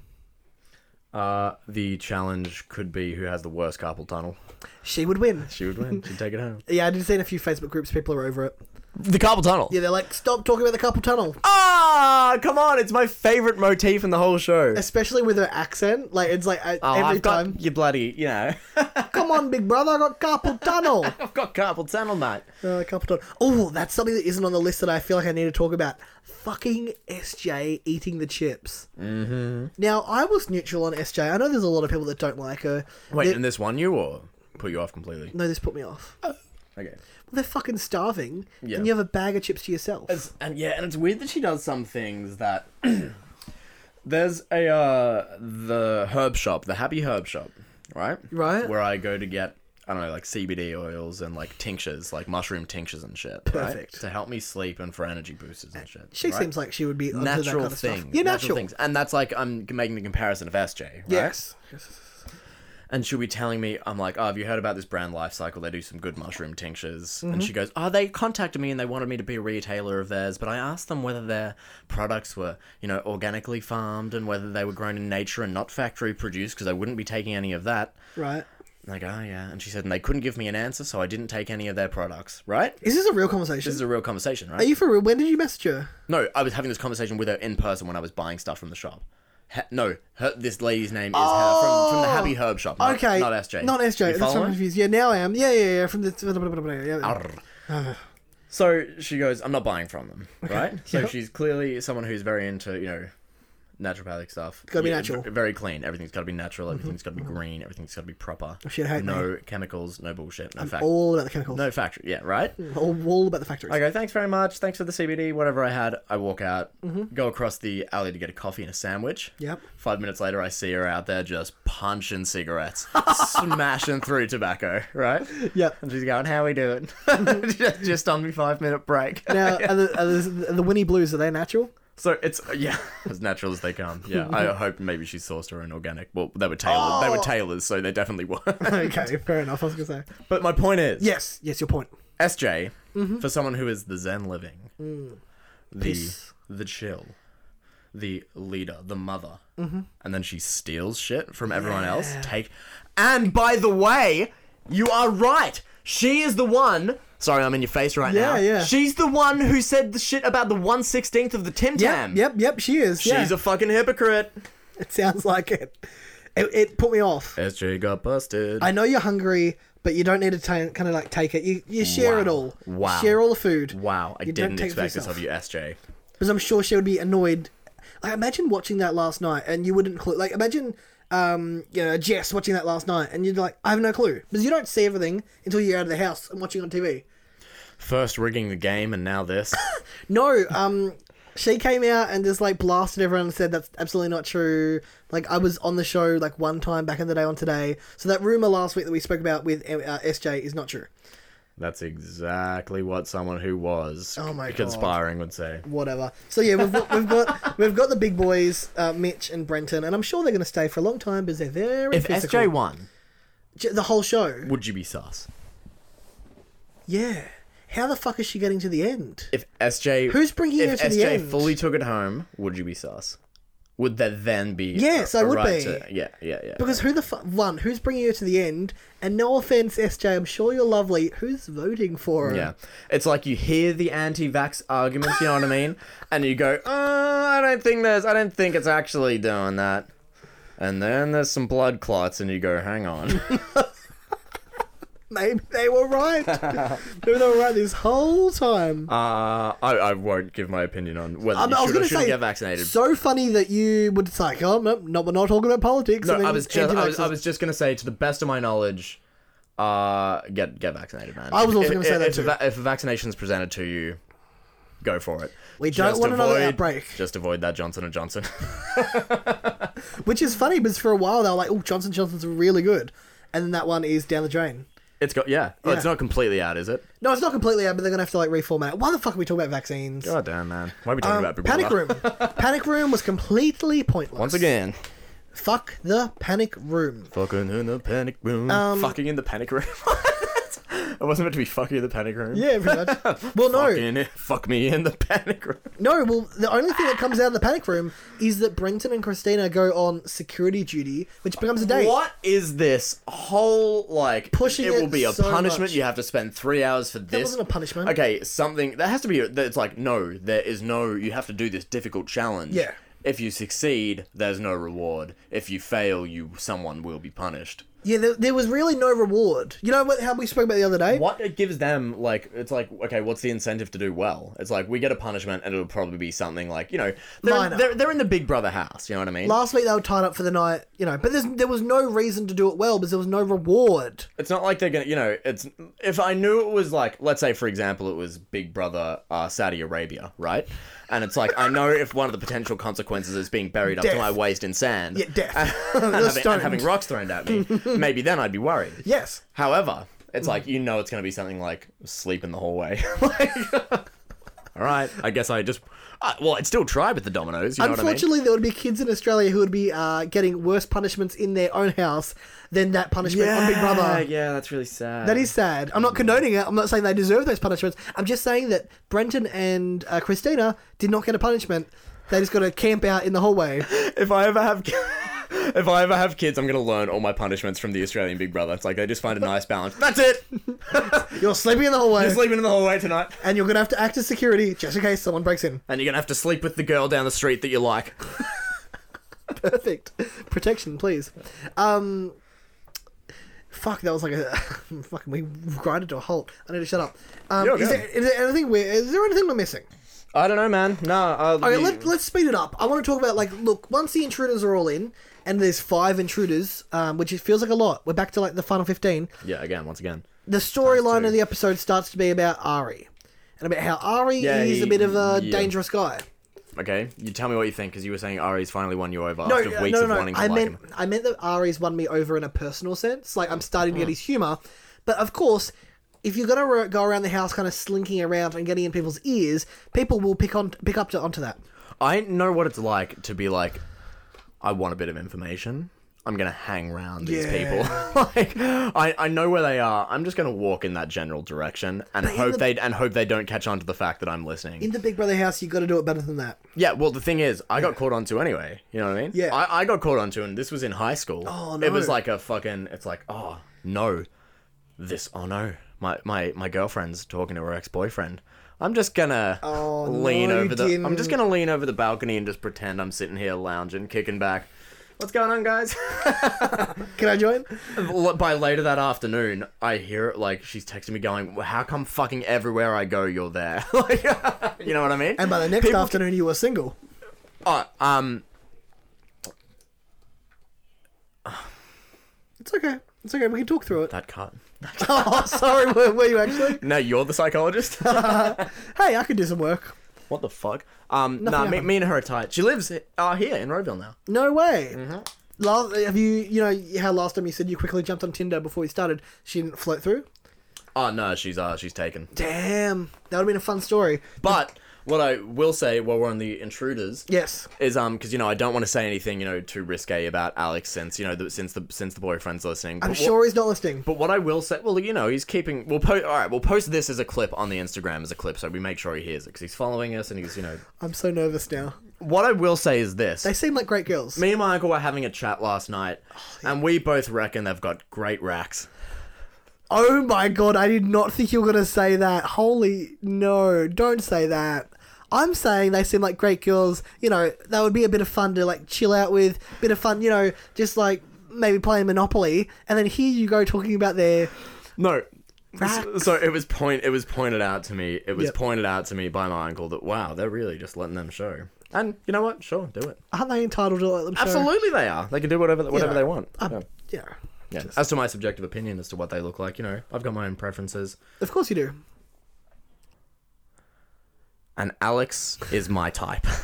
A: Uh, the challenge could be who has the worst carpal tunnel.
B: She would win.
A: She would win. She'd take it home.
B: Yeah, I did see in a few Facebook groups people are over it.
A: The carpal tunnel.
B: Yeah, they're like, stop talking about the carpal tunnel.
A: Ah, come on! It's my favorite motif in the whole show.
B: Especially with her accent. Like, it's like I,
A: Oh,
B: every
A: I've
B: time,
A: got you bloody, you know,
B: come on, big brother, I got carpal tunnel.
A: I've got carpal tunnel, mate.
B: Uh, Carpal Oh, that's something that isn't on the list that I feel like I need to talk about. Fucking SJ eating the chips. Mm-hmm. Now, I was neutral on SJ. I know there's a lot of people that don't like her.
A: Wait,
B: They're-
A: and this one you or put you off completely?
B: no, this put me off.
A: Okay.
B: They're fucking starving,
A: Yeah.
B: and you have a bag of chips to yourself.
A: It's, and yeah, and it's weird that she does some things that. There's a uh, the herb shop, the Happy Herb Shop, right?
B: Right.
A: Where I go to get I don't know like CBD oils and like tinctures, like mushroom tinctures and shit. right?
B: Perfect.
A: To help me sleep and for energy boosters and shit.
B: she
A: right?
B: seems like she would be onto that
A: natural
B: kind of
A: things.
B: stuff. Yeah, natural.
A: things. And that's like I'm making the comparison of SJ, right?
B: Yes.
A: and she'll be telling me, I'm like, oh, have you heard about this brand Life Cycle? They do some good mushroom tinctures. And
B: Mm-hmm.
A: she goes, oh, they contacted me and they wanted me to be a retailer of theirs, but I asked them whether their products were, you know, organically farmed and whether they were grown in nature and not factory produced because I wouldn't be taking any of that.
B: Right.
A: And I go, oh, yeah. And she said, and they couldn't give me an answer, so I didn't take any of their products, right?
B: Is this a real conversation?
A: This is a real conversation, right?
B: Are you for real? When did you message her?
A: No, I was having this conversation with her in person when I was buying stuff from the shop. He- no, her, this lady's name is her from, from the Happy Herb Shop. Not,
B: Oh, okay.
A: not SJ.
B: Not SJ.
A: You
B: That's why I'm
A: following?
B: confused. Yeah, now I am. Yeah, yeah, yeah. From the. Yeah.
A: So she goes, I'm not buying from them, right? So she's clearly someone who's very into, you know, naturopathic stuff.
B: Gotta be natural. Mm-hmm.
A: v- Very clean. Everything's gotta be natural. Everything's gotta be green. Everything's gotta be proper.
B: She'd hate
A: no chemicals, no bullshit, no fact.
B: All about the chemicals.
A: No factory. Yeah, right?
B: All, all about the factories.
A: I go, thanks very much. Thanks for the CBD, whatever I had. I walk out, go across the alley to get a coffee and a sandwich.
B: Mm-hmm. Yep.
A: Five minutes later, I see her out there just punching cigarettes, smashing through tobacco, right?
B: Yep.
A: And she's going, how we doing? just, just on me five minute break.
B: Now, are the, are the, are the Winnie Blues, are they natural?
A: So it's yeah, as natural as they come. Yeah, I hope maybe she sourced her own organic. Well, they were tailors. They were tailors, so they definitely were.
B: Okay, fair enough. I was going to say.
A: but my point is,
B: Yes, yes, your point.
A: SJ
B: Mm-hmm.
A: for someone who is the Zen living, the
B: Mm. Peace.
A: the chill, the leader, the mother,
B: Mm-hmm.
A: and then she steals shit from everyone else. Take, and by the way, you are right. She is the one. Sorry, I'm in your face right
B: Yeah,
A: now.
B: yeah.
A: She's the one who said the shit about the one sixteenth of the Tim Tam.
B: Yep, yep, yep, she is.
A: She's a fucking hypocrite.
B: It sounds like it. it. It put me off.
A: SJ got busted.
B: I know you're hungry, but you don't need to kind of like take it. You, you share it
A: Wow.
B: all.
A: Wow.
B: Share all the food.
A: wow, I
B: You don't
A: didn't
B: take it for
A: expect this
B: yourself.
A: of you, SJ.
B: Because I'm sure she would be annoyed. Like, imagine watching that last night and you wouldn't clue. Like, imagine, um, you know, Jess watching that last night and you'd be like, I have no clue. Because you don't see everything until you're out of the house and watching on TV.
A: First rigging the game and now this.
B: No, um, she came out and just like blasted everyone and said that's absolutely not true. Like I was on the show like one time back in the day on today, so that rumor last week that we spoke about with uh, SJ is not true.
A: That's exactly what someone who was
B: Oh my God.
A: conspiring would say.
B: Whatever. So yeah, we've got, we've got we've got the big boys, uh, Mitch and Brenton, and I'm sure they're going to stay for a long time because they're very
A: If
B: physical.
A: SJ won,
B: J- the whole show,
A: would you be sus?
B: yeah. How the fuck is she getting to the end?
A: If SJ,
B: Who's bringing
A: if
B: her to
A: SJ
B: the end?
A: fully took it home, would you be sus? Would there then be?
B: Yes,
A: I
B: I would be.
A: yeah, yeah, yeah.
B: Because who the fuck one? Who's bringing her to the end? And no offense, SJ, I'm sure you're lovely. Who's voting for her?
A: yeah, it's like you hear the anti-vax arguments. You know what I mean? And you go, oh, I don't think there's, I don't think it's actually doing that. And then there's some blood clots, and you go, hang on.
B: Maybe they were right. Maybe they were right this whole time.
A: Uh, I, I won't give my opinion on whether
B: Um,
A: you
B: I was
A: should or
B: going to
A: shouldn't
B: say,
A: get vaccinated.
B: so funny that you would it's like, oh no, no, we're not talking about politics.
A: no,
B: and then
A: I was, just, I, was, I
B: anti-vaxxers.
A: was just going to say, to the best of my knowledge, uh, get get vaccinated, man.
B: I was also
A: If-
B: gonna say
A: if-
B: that
A: if a
B: too.
A: va- If a vaccination's presented to you, go for it.
B: We don't want another outbreak.
A: Just avoid that Johnson and Johnson.
B: Which is funny because for a while they were like, oh, Johnson Johnson's really good, and then that one is down the drain.
A: it's got yeah. Oh, It's
B: Yeah.
A: not completely out, is it?
B: No, it's not completely out, but they're gonna have to like reformat. it. Why the fuck are we talking about vaccines?
A: God Oh, damn, man. Why are we talking about Big
B: Um, Panic
A: Brother?
B: room. panic room was completely pointless.
A: Once again,
B: fuck the panic room.
A: fucking in the panic room.
B: Um,
A: fucking in the panic room. I wasn't meant to be fucking in the panic room.
B: Yeah, pretty much. well, no,
A: Fucking it- fuck me in the panic room.
B: No, well, the only thing that comes out of the panic room is that Brenton and Christina go on security duty, which becomes a date.
A: What is this whole like
B: Pushing
A: It
B: it
A: will be a
B: so
A: punishment.
B: much.
A: You have to spend three hours for this.
B: wasn't a punishment.
A: Okay, something that has to be. It's like no, there is no. You have to do this difficult challenge.
B: Yeah.
A: If you succeed, there's no reward. If you fail, you someone will be punished.
B: Yeah, there, there was really no reward. You know what? How we spoke about the other day.
A: What it gives them, like, it's like, okay, what's the incentive to do well? It's like we get a punishment, and it'll probably be something like, you know, they're,
B: Minor.
A: they're, they're in the Big Brother house. You know what I mean?
B: Last week they were tied up for the night, you know, but there's, there was no reason to do it well because there was no reward.
A: It's not like they're gonna, you know. It's if I knew it was like, let's say for example, it was Big Brother uh, Saudi Arabia, right? And it's like I know if one of the potential consequences is being buried up
B: Death.
A: to my waist in sand,
B: Yeah, death.
A: and,
B: You're
A: having, and having
B: stoned.
A: rocks thrown at me, maybe then I'd be worried.
B: Yes.
A: However, it's like you know it's gonna be something like sleep in the hallway. like, all right, I guess I just. I, well, I'd still try with the dominoes. You know what I mean?
B: Unfortunately, there would be kids in Australia who would be uh, getting worse punishments in their own house than that punishment on Big Brother.
A: Ah, yeah, that's really sad.
B: That is sad. I'm not condoning it. I'm not saying they deserve those punishments. I'm just saying that Brenton and uh, Christina did not get a punishment. They just got to camp out in the hallway.
A: if I ever have if I ever have kids, I'm gonna learn all my punishments from the Australian Big Brother. It's like they just find a nice balance. That's it.
B: You're sleeping in the hallway,
A: Just sleeping in the hallway tonight,
B: and you're gonna have to act as security just in case someone breaks in.
A: and you're gonna have to sleep with the girl down the street that you like.
B: Perfect protection, please. Um, fuck, that was like a fucking we grinded to a halt. I need to shut up. Um,
A: You're
B: is,
A: good.
B: there, is there anything we Is there anything we're missing?
A: I don't know, man. No. Uh,
B: Okay, let, let's speed it up. I want to talk about like, look, once the intruders are all in, and there's five intruders, um, which it feels like a lot. We're back to like the final fifteen.
A: yeah, again, once again.
B: The storyline of the episode starts to be about Ari, and about how Ari
A: Yeah,
B: is
A: he-
B: a bit of a
A: yeah.
B: dangerous guy.
A: Okay, you tell me what you think, because you were saying Ari's finally won you over
B: No,
A: after
B: uh,
A: weeks
B: no,
A: of
B: no, no.
A: wanting to
B: I
A: like
B: meant
A: him.
B: I meant that Ari's won me over in a personal sense. Like I'm starting to
A: Mm.
B: get his humor, but of course, if you're gonna ro- go around the house, kind of slinking around and getting in people's ears, people will pick on pick up to onto that.
A: I know what it's like to be like, I want a bit of information. I'm gonna hang around these people. like, I, I know where they are. I'm just gonna walk in that general direction and hope
B: the-
A: they and hope they don't catch on to the fact that I'm listening.
B: In the Big Brother house, you got to do it better than that.
A: Yeah, well, the thing is, I got caught onto anyway. You know what I mean?
B: Yeah.
A: I, I got caught onto, and this was in high school.
B: Oh, no.
A: It was like a fucking. It's like, oh no, this. Oh no, my my my girlfriend's talking to her ex boyfriend. I'm just gonna lean
B: Oh, no, you
A: over the. I'm just
B: didn't.
A: gonna lean over the balcony and just pretend I'm sitting here lounging, kicking back. What's going on, guys?
B: Can I join?
A: L- By later that afternoon, I hear it like she's texting me going, well, "How come fucking everywhere I go, you're there?" like, you know what I mean?
B: And by the next
A: People-
B: afternoon, you were single.
A: Oh, um.
B: It's okay. It's okay. We can talk through it.
A: That cut.
B: oh, sorry. Were, were you actually?
A: Now you're the psychologist.
B: Hey, I could do some work.
A: what the fuck? Um,
B: Nothing
A: nah, me,
B: happened.
A: me and her are tight. She lives uh, here in Roeville now.
B: No way. Last, have you, you know, how last time you said you quickly jumped on Tinder before you started, she didn't float through?
A: Oh no, she's uh, she's taken.
B: Damn. That would have been a fun story.
A: But what I will say while we're on the intruders,
B: Yes.
A: is um, because you know I don't want to say anything you know too risque about Alex since you know the, since the since the boyfriend's listening.
B: I'm
A: But what-
B: sure he's not listening.
A: But what I will say, well, you know, he's keeping. We'll post. All right, we'll post this as a clip on the Instagram as a clip, so we make sure he hears it because he's following us and he's, you know.
B: I'm so nervous now.
A: What I will say is this:
B: They seem like great girls.
A: me and my uncle were having a chat last night, and we both reckon they've got great racks.
B: Oh my god, I did not think you were going to say that. Holy no, don't say that. I'm saying they seem like great girls. You know, that would be a bit of fun to like chill out with, bit of fun, you know, just like maybe playing Monopoly. And then here you go talking about their
A: No. S- So it was point. It was pointed out to me. It was
B: Yep.
A: pointed out to me by my uncle that wow, they're really just letting them show. And you know what? Sure, do it.
B: Aren't they entitled to let them show?
A: Absolutely, they are. They can do whatever whatever
B: Yeah.
A: they want. yeah.
B: Yeah.
A: Yeah. As to my subjective opinion as to what they look like, you know, I've got my own preferences.
B: Of course you do.
A: And Alex is my type.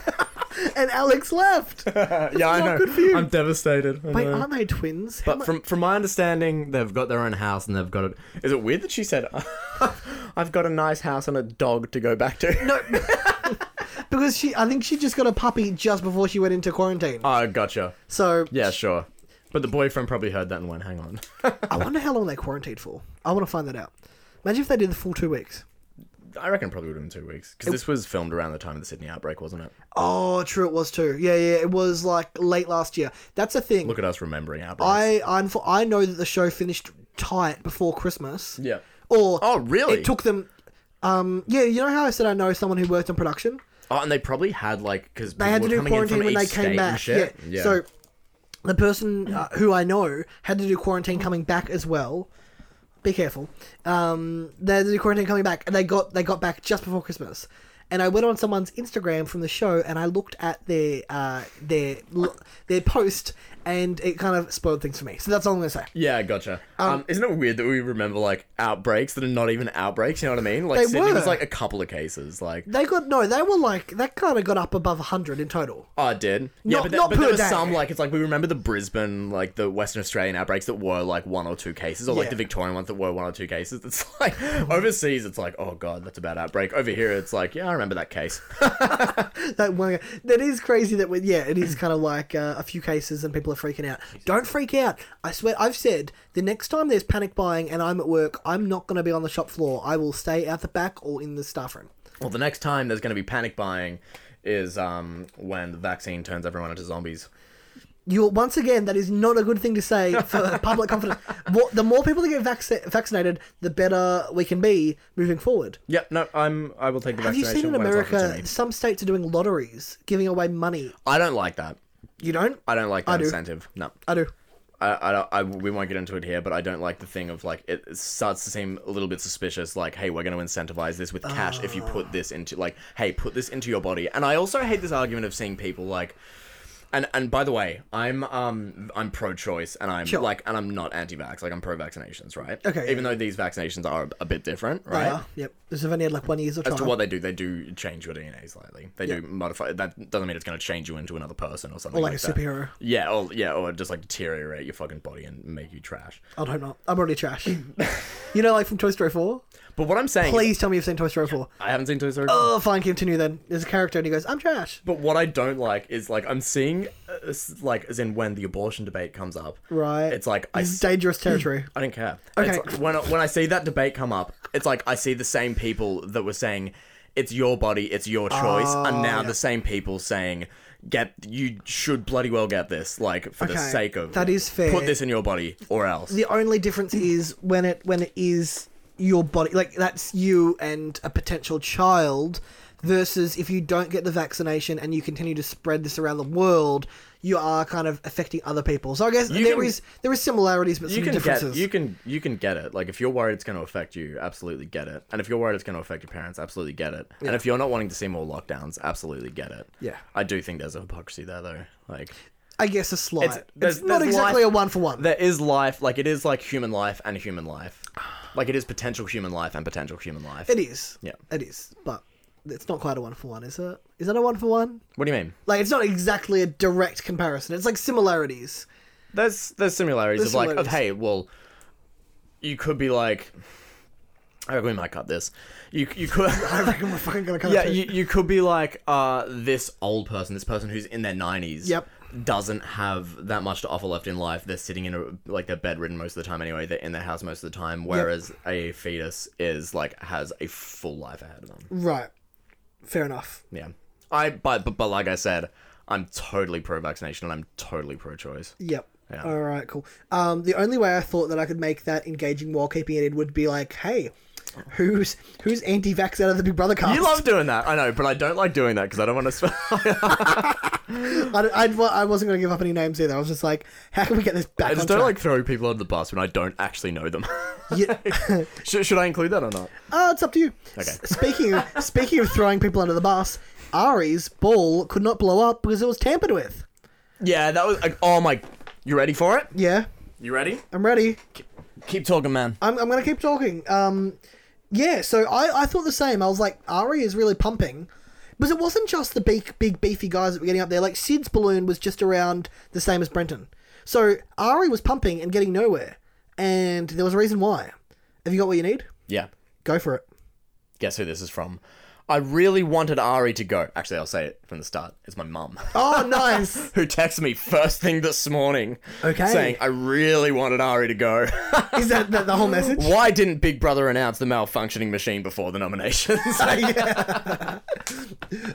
B: And Alex left.
A: yeah, I
B: not good for you.
A: I'm devastated. I
B: Wait,
A: know.
B: aren't they twins? How
A: But from from my understanding, they've got their own house and they've got a. Is it weird that she said, "I've got a nice house and a dog to go back to"? No.
B: because she, I think she just got a puppy just before she went into quarantine.
A: oh, gotcha.
B: so
A: Yeah, sure. But the boyfriend probably heard that and went, "Hang on."
B: I wonder how long they quarantined for. I want to find that out. Imagine if they did the full two weeks.
A: I reckon probably would have been two weeks because this was filmed around the time of the Sydney outbreak, wasn't it?
B: Oh, true, it was too. Yeah, yeah, it was like late last year. That's a thing.
A: Look at us remembering outbreaks.
B: I, I'm for, I know that the show finished tight before Christmas.
A: Yeah.
B: Or
A: Oh, really?
B: It took them. Um, yeah, you know how I said I know someone who worked on production.
A: Oh, and they probably had like because
B: They had to do quarantine when they came back. Yeah.
A: Shit. yeah.
B: So the person uh, who I know had to do quarantine coming back as well. Be careful. Um, they had to do quarantine coming back, and they got they got back just before Christmas. And I went on someone's Instagram from the show, and I looked at their uh, their l- their post, and it kind of spoiled things for me. So that's all I'm gonna say.
A: Yeah, gotcha. Um, isn't it weird that we remember like outbreaks that are not even outbreaks? You know what I mean? Like
B: They
A: Sydney was
B: were.
A: like a couple of cases. Like
B: They got no. They were like that. Kind of got up above hundred in total.
A: oh, it did yeah,
B: Not-
A: but, there-
B: not
A: but there
B: per
A: were
B: day.
A: some like it's like we remember the Brisbane like the Western Australian outbreaks that were like one or two cases, or like
B: Yeah.
A: the Victorian ones that were one or two cases. It's like overseas, it's like oh god, that's a bad outbreak. Over here, it's like yeah, I remember that case.
B: That one. That is crazy. That we, yeah, it is kind of like uh, a few cases and people are freaking out. Don't freak out. I swear, I've said the next time there's panic buying and I'm at work, I'm not going to be on the shop floor. I will stay out the back or in the staff room.
A: well, the next time there's going to be panic buying is um when the vaccine turns everyone into zombies.
B: You once again, that is not a good thing to say for public confidence. What, the more people that get vac- vaccinated, the better we can be moving forward.
A: Yep, no, I'm. I will take the
B: Have you
A: vaccination.
B: seen in
A: when it's offered to
B: America
A: me.
B: some states are doing lotteries, giving away money?
A: I don't like that.
B: You don't?
A: I don't like that
B: I do.
A: incentive. No,
B: I do.
A: I, I, don't- I, we won't get into it here, but I don't like the thing of like it it starts to seem a little bit suspicious. Like, hey, we're going to incentivize this with cash if you
B: Ah.
A: put this into like, hey, put this into your body. And I also hate this argument of seeing people like. And, and by the way, I'm um I'm pro-choice and I'm
B: Sure.
A: like and I'm not anti-vax like I'm pro-vaccinations right
B: Okay, yeah,
A: even though these vaccinations are a bit different right
B: They are. Yep. There's only had like one year's or
A: as to
B: trial.
A: what they do, they do change your DNA slightly. They
B: Yeah.
A: do modify. That doesn't mean it's going to change you into another person or something.
B: Or like a
A: that.
B: superhero.
A: Yeah, or yeah, or just like deteriorate your fucking body and make you trash.
B: I'd hope not. I'm already trash. you know, like from Toy Story 4?
A: But what I'm saying,
B: Please tell me you've seen Toy Story 4.
A: I haven't seen Toy Story.
B: Oh, fine, continue then. There's a character and he goes, I'm trash.
A: But what I don't like is like I'm seeing, uh, s- like as in when the abortion debate comes up,
B: Right.
A: It's like I
B: This is
A: s-
B: dangerous territory.
A: I don't care. It's
B: Okay.
A: like, when I, when I see that debate come up, it's like I see the same people that were saying it's your body, it's your choice,
B: Oh,
A: and now the same people saying get you should bloody well get this, like for the
B: Okay,
A: sake of
B: that is fair.
A: Put this in your body or else.
B: the only difference is when it when it is your body like that's you and a potential child versus if you don't get the vaccination and you continue to spread this around the world you are kind of affecting other people so i guess there
A: You
B: is
A: can-
B: there is similarities but
A: you
B: some
A: can
B: differences
A: get you can you can get it. Like if you're worried it's going to affect you, absolutely get it. And if you're worried it's going to affect your parents, absolutely get it. And if you're not wanting to see more lockdowns, absolutely get it.
B: Yeah.
A: I do think there's a hypocrisy there though. Like
B: i guess a slight it's,
A: there's-
B: not
A: there's
B: exactly
A: life-
B: a one for one
A: There is life, like it is like human life and human life. Like it is potential human life and potential human life.
B: It is.
A: Yeah.
B: It is. But it's not quite a one for one, is it? Is that a one for one?
A: What do you mean?
B: Like it's not exactly a direct comparison. It's like similarities.
A: There's there's similarities
B: There's
A: of like of
B: similarities.
A: hey, well, you could be like, I reckon we might cut this. You you could.
B: I reckon we're fucking gonna cut
A: Yeah,
B: it.
A: you, you could be like uh, this old person, this person who's in their 90s.
B: Yep.
A: Doesn't have that much to offer left in life. They're sitting in a, like, they're bedridden most of the time anyway. They're in their house most of the time. Whereas a fetus is, like, has a full life ahead of them.
B: right. Fair enough.
A: Yeah. I, but, but, but like I said, I'm totally pro vaccination and I'm totally pro choice.
B: Yep.
A: Yeah.
B: All right, cool. Um, the only way I thought that I could make that engaging while keeping it in would be like, hey, Who's who's anti-vax out of the Big Brother cast?
A: You love doing that, I know, but I don't like doing that because I don't want to.
B: I, I, well, I wasn't going to give up any names either. I was just like, how can we get this back
A: I just
B: on
A: don't like
B: track?
A: throwing people under the bus when I don't actually know them.
B: Yeah.
A: should, should I include that or not?
B: Oh, it's up to you.
A: Okay.
B: S- Speaking of, speaking of throwing people under the bus, Ari's ball could not blow up because it was tampered with.
A: Yeah, that was. Like, oh my. You ready for it?
B: Yeah,
A: You ready?
B: I'm ready.
A: Keep talking, man.
B: I'm, I'm going to keep talking. Um, yeah, so I, I thought the same. I was like, Ari is really pumping. Because it wasn't just the big, big, beefy guys that were getting up there. Like, Sid's balloon was just around the same as Brenton. So Ari was pumping and getting nowhere. And there was a reason why. Have you got what you need?
A: Yeah.
B: Go for it.
A: Guess who this is from? I really wanted Ari to go. Actually, I'll say it from the start. It's my mum.
B: Oh, nice.
A: Who texted me first thing this morning?
B: Okay.
A: Saying I really wanted Ari to go.
B: Is that the, the whole message?
A: Why didn't Big Brother announce the malfunctioning machine before the nominations?
B: Yeah.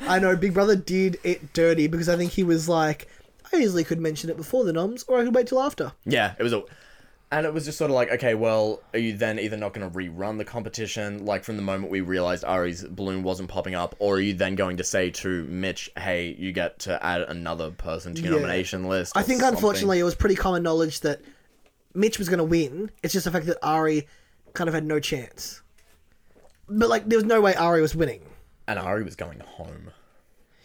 B: I know Big Brother did it dirty because I think he was like, I easily could mention it before the noms, or I could wait till after.
A: yeah, it was a. And it was just sort of like, okay, well, are you then either not going to rerun the competition, like from the moment we realized Ari's balloon wasn't popping up, or are you then going to say to Mitch, hey, you get to add another person to your
B: Yeah.
A: nomination list?
B: I
A: or
B: think
A: something?
B: unfortunately it was pretty common knowledge that Mitch was going to win. It's just the fact that Ari kind of had no chance. But like, there was no way Ari was winning.
A: And Ari was going home.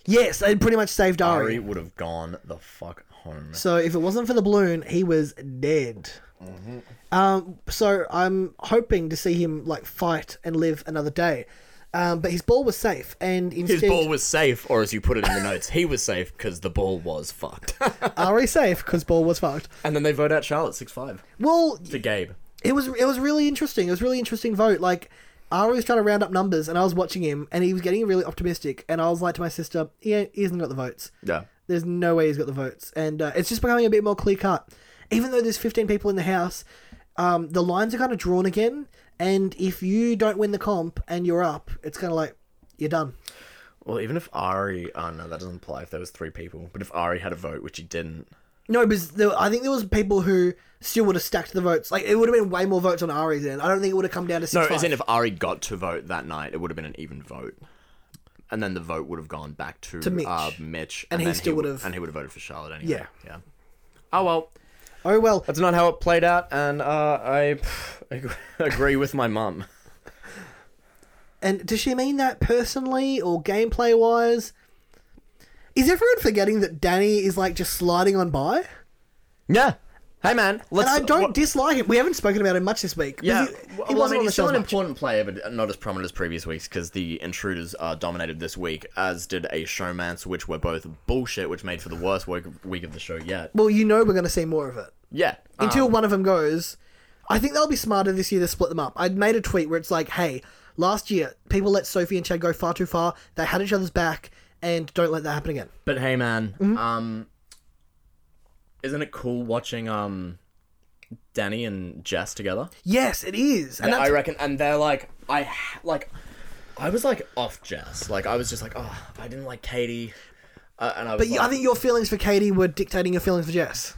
B: Yes, they pretty much saved Ari.
A: Ari would have gone the fuck home.
B: Oh, So if it wasn't for the balloon, he was dead.
A: Mm-hmm.
B: Um, so I'm hoping to see him like fight and live another day. Um, but his ball was safe, and instead
A: His ball was safe, or as you put it in the notes, he was safe because the ball was fucked.
B: Ari safe because ball was fucked.
A: and then they vote out Charlotte six five
B: Well,
A: to Gabe.
B: it was it was really interesting. It was a really interesting vote. Like Ari was trying to round up numbers, and I was watching him, and he was getting really optimistic. And I was like to my sister, "He, ain't- he hasn't got the votes.
A: Yeah.
B: There's no way he's got the votes." And uh, it's just becoming a bit more clear cut. Even though there's 15 people in the house, um, the lines are kind of drawn again. And if you don't win the comp and you're up, it's kind of like you're done.
A: Well, even if Ari, oh no, that doesn't apply if there was three people. But if Ari had a vote, which he didn't,
B: No, because there, I think there was people who still would have stacked the votes. Like it would have been way more votes on Ari's end. I don't think it would have come down to six.
A: no,
B: five.
A: as in if Ari got to vote that night, it would have been an even vote, and then the vote would have gone back to,
B: To Mitch.
A: uh, Mitch,
B: And he
A: then
B: still would
A: w-
B: have-
A: and he would have voted for Charlotte anyway.
B: Yeah.
A: yeah. Oh well,
B: oh well,
A: that's not how it played out, and uh, I ag- agree with my mum.
B: And does she mean that personally or gameplay wise? Is everyone forgetting that Danny is like just sliding on by?
A: Yeah. Hey man,
B: And
A: let's.
B: I don't
A: what-
B: dislike him. We haven't spoken about him much this week.
A: Yeah,
B: he, he
A: well, I
B: wasn't
A: mean,
B: on the
A: he's still
B: show.
A: an
B: as much.
A: important player, but not as prominent as previous weeks because the intruders uh, dominated this week, as did a showmance, which were both bullshit, which made for the worst week week of the show yet.
B: Well, you know we're going to see more of it
A: Yeah, uh,
B: until one of them goes. I think they'll be smarter this year to split them up. I made a tweet where it's like, "Hey, last year people let Sophie and Chad go far too far. They had each other's back, and don't let that happen again."
A: but hey man,
B: Mm-hmm.
A: um, isn't it cool watching um, Danny and Jess together?
B: Yes, it is, and
A: I
B: that's,
A: reckon, and they're like, I ha- like, I was like off Jess, like I was just like, oh, I didn't like Katie, uh, and I was.
B: but you- I
A: like-
B: think your feelings for Katie were dictating your feelings for Jess.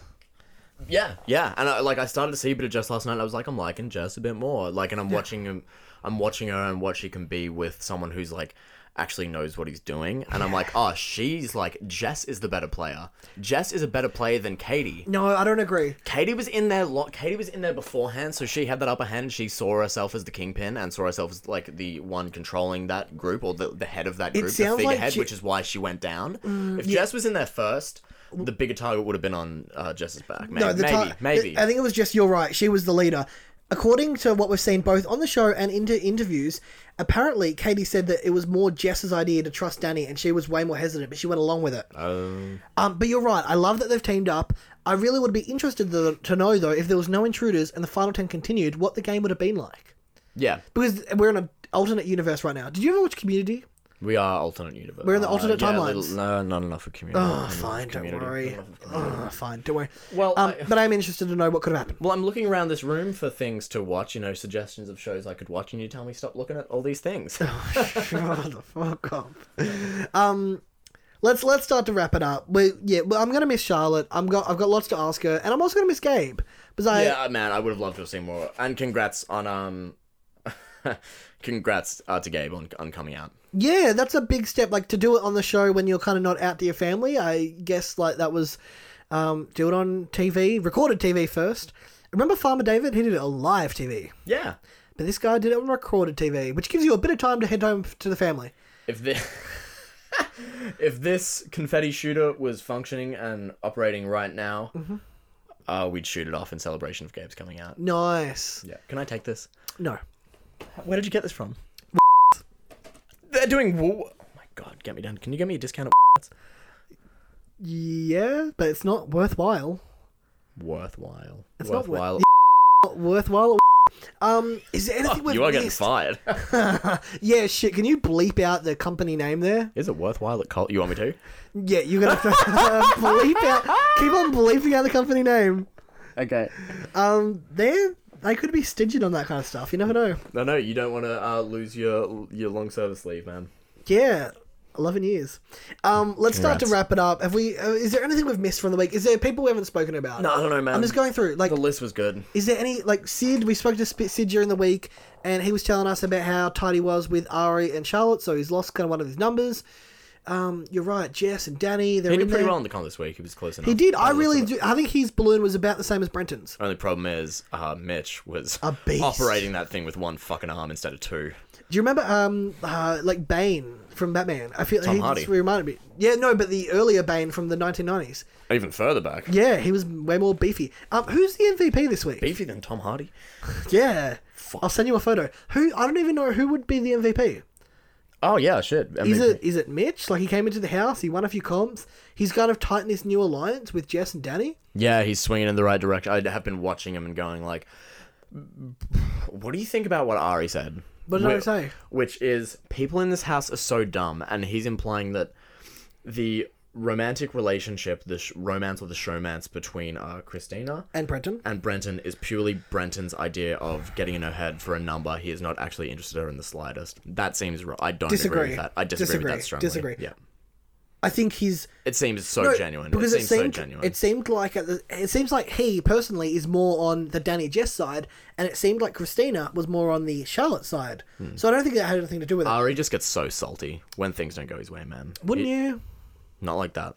A: Yeah, yeah, and I, like I started to see a bit of Jess last night, and I was like, I'm liking Jess a bit more. Like, and I'm watching him, I'm watching her and what she can be with someone who's like actually knows what he's doing, and I'm like, oh, she's like Jess is the better player. Jess is a better player than Katie.
B: No, I don't agree.
A: Katie was in there. Lo- Katie was in there beforehand, so she had that upper hand. She saw herself as the kingpin and saw herself as like the one controlling that group or the, the head of that group, the
B: sounds like Mm,
A: figurehead,
B: she-
A: which is why she went down. if Jess was in there first, the bigger target would have been on uh, Jess's back. Maybe,
B: No, the
A: maybe,
B: ti-
A: maybe.
B: I think it was just you're right. She was the leader. According to what we've seen both on the show and into interviews, apparently Katie said that it was more Jess's idea to trust Danny, and she was way more hesitant, but she went along with it.
A: Oh.
B: Um, but you're right. I love that they've teamed up. I really would be interested th- to know though if there was no intruders and the final ten continued, what the game would have been like.
A: yeah,
B: Because we're in an alternate universe right now. Did you ever watch Community?
A: we are alternate universe. Uh,
B: We're in the alternate
A: yeah,
B: timelines.
A: little- no, not enough for Mm, community.
B: Oh, fine. Don't worry. Oh, fine. Don't worry.
A: Well,
B: um,
A: I-
B: but I'm interested to know what could have happened.
A: Well, I'm looking around this room for things to watch. You know, suggestions of shows I could watch, and you tell me stop looking at all these things.
B: Shut the fuck up. Um, let's let's start to wrap it up. We yeah, well, I'm gonna miss Charlotte. I'm got I've got lots to ask her, and I'm also gonna miss Gabe because I
A: Yeah, man, I would have loved to have seen more. And congrats on um Congrats uh, to Gabe on, on coming out.
B: Yeah, that's a big step. Like to do it on the show when you're kind of not out to your family. I guess like that was um, do it on TV, recorded TV first. Remember Farmer David? He did it on live TV,
A: Yeah.
B: but this guy did it on recorded TV, which gives you a bit of time to head home f- to the family.
A: If this, if this confetti shooter was functioning and operating right now,
B: Mm-hmm.
A: uh, we'd shoot it off in celebration of Gabe's coming
B: Mm.
A: out.
B: Nice.
A: Yeah. Can I take this?
B: No,
A: Where did you get this from? They're doing. Wool- oh my god, get me down. Can you get me a discount at
B: yeah, but it's not worthwhile.
A: worthwhile?
B: It's not worth-
A: worthwhile.
B: Not worthwhile. Um, is there anything we've
A: Oh, you are getting
B: missed?
A: fired.
B: Yeah, shit. Can you bleep out the company name there?
A: Is it worthwhile at Col- You want me to?
B: Yeah, you're gonna have to bleep out. Keep on bleeping out the company name.
A: Okay.
B: They they could be stinging on that kind of stuff. You never know.
A: No, no, you don't want to uh, lose your your long service leave, man.
B: Yeah, eleven years. Um, let's start to
A: Congrats.
B: wrap it up. Have we? Uh, is there anything we've missed from the week? Is there people we haven't spoken about?
A: No, I don't know, man.
B: I'm just going through. Like,
A: The list was good.
B: is there any like Sid? We spoke to Sp- Sid during the week, and he was telling us about how tight he was with Ari and Charlotte. So he's lost kind of one of his numbers. Um, you're right, Jess and Danny. They're
A: He
B: in
A: did pretty
B: there.
A: well on the con this week. He was close enough.
B: He did.
A: By
B: I
A: the looks
B: really
A: of it.
B: do. I think his balloon was about the same as Brenton's.
A: Only problem is, uh, Mitch was
B: A beast.
A: operating that thing with one fucking arm instead of two.
B: Do you remember um uh, like Bane from Batman? I feel
A: Tom
B: he
A: Hardy.
B: just reminded me. Yeah, no, but the earlier Bane from the 1990s.
A: Even further back.
B: Yeah, he was way more beefy. Um, who's the MVP this week?
A: Beefier than Tom Hardy.
B: Yeah, I'll send you a photo. Who I don't even know who would be the MVP.
A: Oh yeah, shit. I
B: Is
A: mean,
B: it is it Mitch? Like he came into the house, he won a few comps. He's kind of tightened this new alliance with Jess and Danny.
A: Yeah, he's swinging in the right direction. I have been watching him and going like, "What do you think about what Ari said?"
B: What did
A: Whi-
B: Ari say?
A: Which is, people in this house are so dumb, and he's implying that the romantic relationship, the sh- romance or the showmance between uh, Christina
B: And Brenton.
A: and Brenton is purely Brenton's idea of getting in her head for a number. He is not actually interested in her in the slightest. That seems wrong. I don't
B: Disagree.
A: agree with that. I disagree, with
B: Disagree.
A: that strongly.
B: Disagree.
A: Yeah,
B: I think he's
A: it seems so
B: No,
A: genuine.
B: Because
A: it
B: it,
A: seems
B: seemed
A: so genuine.
B: it seemed like at the, it seems like he personally is more on the Danny Jess side, and it seemed like Christina was more on the Charlotte side.
A: Hmm.
B: So I don't think that had anything to do with it.
A: Ari just gets so salty when things don't go his way, man.
B: Wouldn't
A: He-
B: you?
A: Not like that.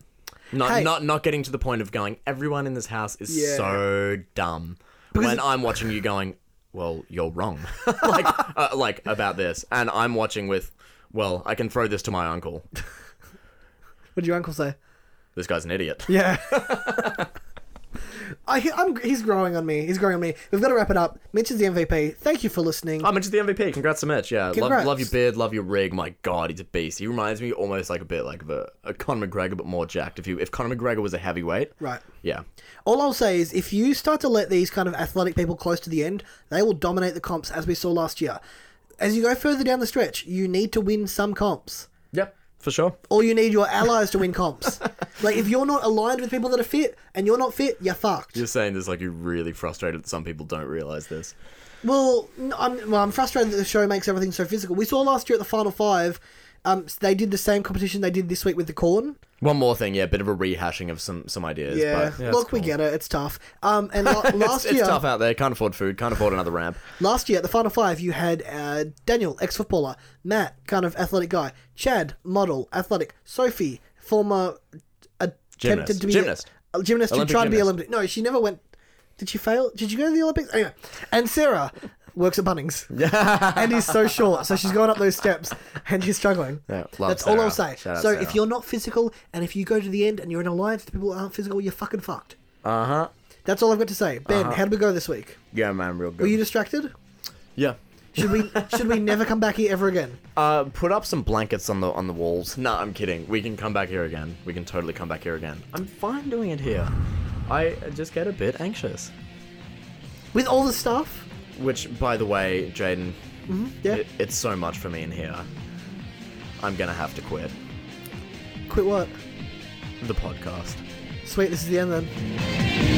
A: Not
B: Hey.
A: not not getting to the point of going. Everyone in this house is
B: Yeah.
A: so dumb. when I'm watching you going, well, you're wrong, like uh, like about this, and I'm watching with, well, I can throw this to my uncle.
B: What did your uncle say?
A: This guy's an idiot.
B: Yeah. I, I'm, he's growing on me. He's growing on me. We've got to wrap it up. Mitch is the MVP. Thank you for listening.
A: I mentioned Oh, the MVP. Congrats to Mitch. Yeah, love,
B: Congrats.
A: love your beard, love your rig. My God, he's a beast. He reminds me almost like a bit like of a, a Conor McGregor, but more jacked. If you if Conor McGregor was a heavyweight,
B: Right.
A: Yeah,
B: All I'll say is if you start to let these kind of athletic people close to the end, they will dominate the comps as we saw last year. As you go further down the stretch, you need to win some comps.
A: yep, for sure.
B: or you need your allies to win comps. like if you're not aligned with people that are fit and you're not fit, you're fucked.
A: You're saying this like you're really frustrated that some people don't realize this.
B: Well, n- I'm, well, I'm frustrated that the show makes everything so physical. We saw last year at the final five, um, s- they did the same competition they did this week with the corn.
A: One more thing, yeah, bit of a rehashing of some some ideas. but, it's
B: look, we
A: cool.
B: get it. It's tough. Um, and la-
A: It's-
B: last
A: it's,
B: year,
A: tough out there. Can't afford food. Can't afford another ramp.
B: last year at the final five, you had uh, Daniel, ex-footballer, Matt, kind of athletic guy, Chad, model, athletic, Sophie, former
A: Gymnast.
B: attempted to be
A: Gymnast.
B: a gymnast
A: Olympic
B: who tried to be
A: gymnast.
B: Olympic. No, she never went. Did she fail? Did you go to the Olympics? Anyway, and Sarah works at Bunnings. Yeah, and he's so short, so she's going up those steps and she's struggling.
A: Yeah, love
B: that's all I'll
A: Sarah.
B: say.
A: Shout out
B: so
A: Sarah.
B: if you're not physical and if you go to the end and you're in an alliance with people who aren't physical, you're fucking fucked.
A: Uh huh.
B: That's all I've got to say. Ben, how did we go this week?
A: Yeah, man, real Uh-huh. good.
B: Were you distracted?
A: yeah.
B: Should we should we never come back here ever again?
A: Uh, put up some blankets on the on the walls. No, I'm kidding. We can come back here again. We can totally come back here again. I'm fine doing it here. I just get a bit anxious.
B: With all the stuff?
A: Which, by the way, Jaden,
B: Yeah.
A: it, it's so much for me in here. I'm gonna have to quit
B: Quit what?
A: the podcast.
B: Sweet, this is the end then.